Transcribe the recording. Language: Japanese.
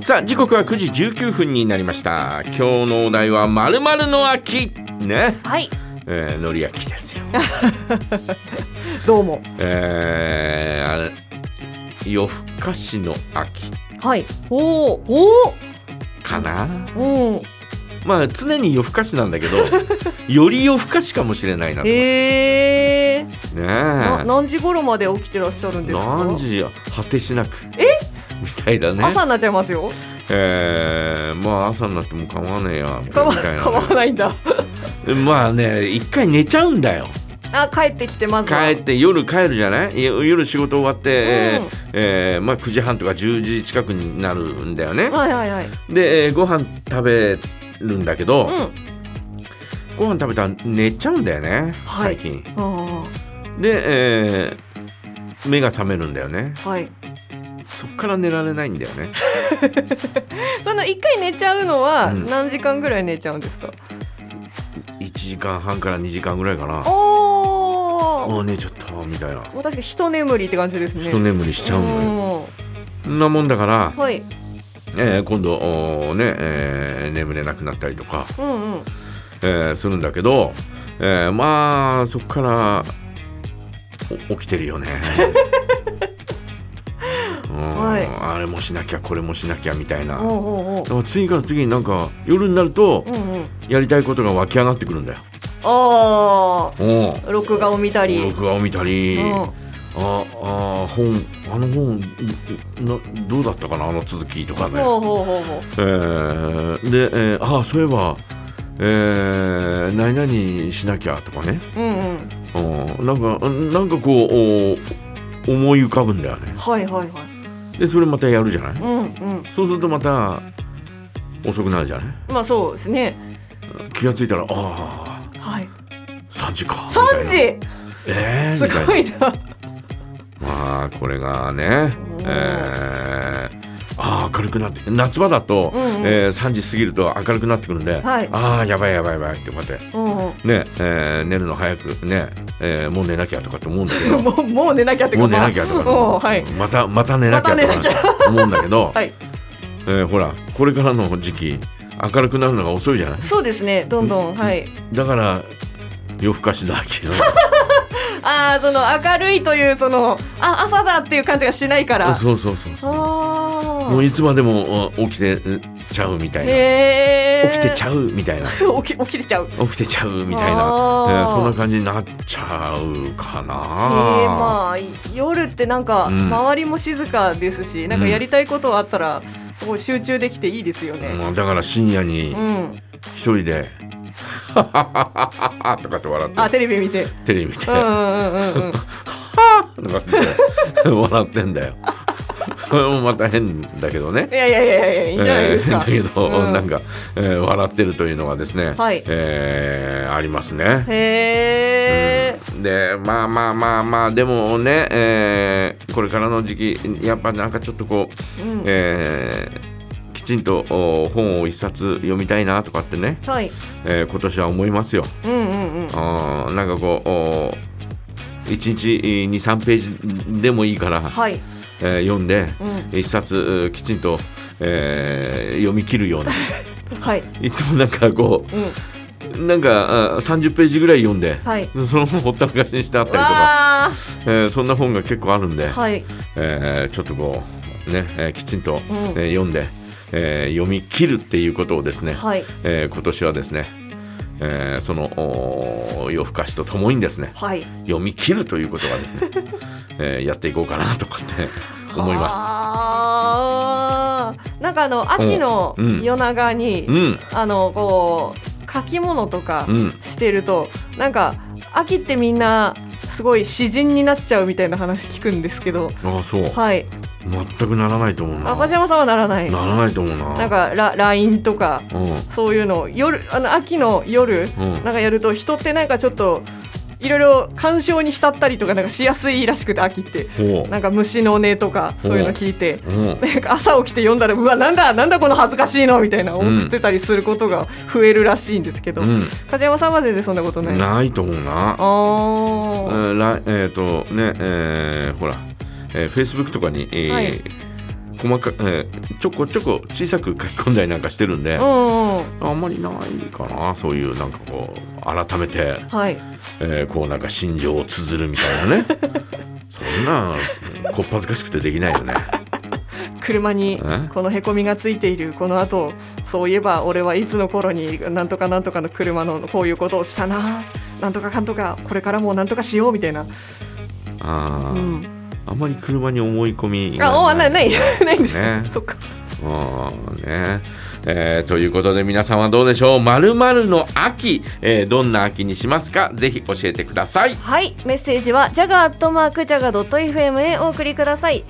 さあ時刻は9時19分になりました今日のお題はまるまるの秋ねはい。えー、のり焼きですよどうも。えー、あれ夜更かしの秋はい。おお。おかなお。うん。まあ常に夜更かしなんだ けどより夜更かしかもしれないなとねへえ。えな何時頃まで起きてらっしゃるんですか。何時や果てしなくえみたいだね朝になっちゃいますよ。えー、まあ朝になっても構わねえやみかたいわ、なかわないんだ。まあね一回寝ちゃうんだよあ、帰ってきてまずは。帰って夜帰るじゃないよ夜仕事終わって、うんえーえーまあ、9時半とか10時近くになるんだよねはいはいはい。で、えーご飯食べるんだけど、うご飯食べたら寝ちゃうんだよね、は最い近ん。あで、えー目が覚めるんだよねあ。はい。そっから寝られないんだよねその一回寝ちゃうのは、うん何時間ぐらい寝ちゃうんですか。 1時間半から2時間ぐらいかなおあお。あ寝ちゃったみたいなもう確かに一眠りって感じですね。一眠りしちゃうんだようそんなもんだからん。、はい。えー今度おーね、えー眠れなくなったりとかうんうん。えーするんだけど、えーまあそこからお起きてる よね。うんはいあれもしなきゃこれもしなきゃみたいな。おだうおうおう。から次から次になんか夜になるとうんうん。やりたいことが湧き上がってくるんだよ。あうんあ。録画を見たり。録画を見たり、うんああ本あの本などうだったかなあの続きとかね。ほうほうほうほう。えーで、えーああそういえば、えー何々しなきゃとかね。うんうん。うんなんかなんかこうお思い浮かぶんだよねはいはいはい。でそれまたやるじゃないうんうん。そうするとまた遅くなるじゃないまあそうですね。気がついたらああはい。 3時か三みたいな時。えー、すみたいごないな。まあこれがねおーえーああ明るくなって夏場だと、うんうんえー3時過ぎると明るくなってくるんで、はいああやばいやばいやばいって待ってうんうん。ね、えー寝るの早くね、えーもう寝なきゃとかって思うんだけどもうもう寝なきゃ ってもこうと寝なきゃとか、 おうはい。またまた寝なきゃまた寝なとか思うんだけど、はい。えーほらこれからの時期明るくなるのが遅いじゃないそうですね。どんどんはい。だから夜更かしだ秋のああその明るいというそのあ朝だっていう感じがしないから。あそうそうそうそうあ。もういつまでもお起きてちゃうみたいなへえ。起きてちゃゃうみたいなう。 起き起きてちゃう。起きてちゃうみたいな、あえーーそんな感じになっちゃうかええな、まあ夜ってなんかうん周りも静かですし、なんかやりたいことあったらこう集中できていいですよね。うんだから深夜にうん。一人で「ハハハハハ」とかって笑っあてテレビ見て。テレビ見てうんうんうんうんうん。とかって笑ってんだよ。それもまた変だけどねい。やいやいやいやいいんじゃないですか。えーだけど、うんなんか、えー笑ってるというのはですね、はいえーありますね。へえ。でまあまあまあまあでもね、えーこれからの時期やっぱなんかちょっとこう、うんえーきちんとお本を一冊読みたいなとかってね、はい。えー今年は思いますよ。うんうんうん。あーなんかこうお1日23ページでもいいから、はい。えー読んで、う一冊うきちんと、えー読み切るようなはい。いつもなんかこうん。うなんかあ30ページぐらい読んで、はいその本ほったらかしにしてあったりとか、わあ。えーそんな本が結構あるんで、はい。えーちょっとこうね、えーきちんと、うえんー読んで、えー読み切るっていうことをですね、はい。えー今年はですね、えーそのお夜更かしとともにですねはい。読み切るということがです ね、えーやっていこうかなとかって思います。ああ。なんかあの秋のうん夜長に、うん、あのこう書き物とかうんしてると、なんか秋ってみんなすごい詩人になっちゃうみたいな話聞くんですけど。ああそう、はい。全くならないと思うな赤島さんはならない。ならないと思うななんかララインとか。うんそういうのを夜あの秋の夜、うんなんかやると人ってなんかちょっといろいろ鑑賞に浸ったりとかなんかしやすいらしくて秋ってほなんか虫の音とかそういうの聞いて。ううんなんか朝起きて読んだらうわなんだなんだこの恥ずかしいのみたいなうん思ってたりすることが増えるらしいんですけど、う梶山さんは全然そんなことないんないと思うなあーえー、来えっ、とねえーほら、えー、Facebook とかに、えーはいこ細か、えーちょこちょこ小さく書き込んだりなんかしてるんで、うんうんあんまりないかなそういうなんかこう改めて、はいえーこうなんか心情を綴るみたいな ねそんなこっぱずかしくてできないよね。車にえこのへこみがついているこの後そういえば俺はいつの頃になんとかなんとかの車のこういうことをしたななんとかかんとかこれからもなんとかしようみたいな、あうー、ん、あんまり車に思い込みあおないないないんですねねそっかもうね、えーということで皆さんはどうでしょうまるの秋、えーどんな秋にしますかぜひ教えてくださいはいメッセージはジャガーアットマークジャガドット FM へお送りください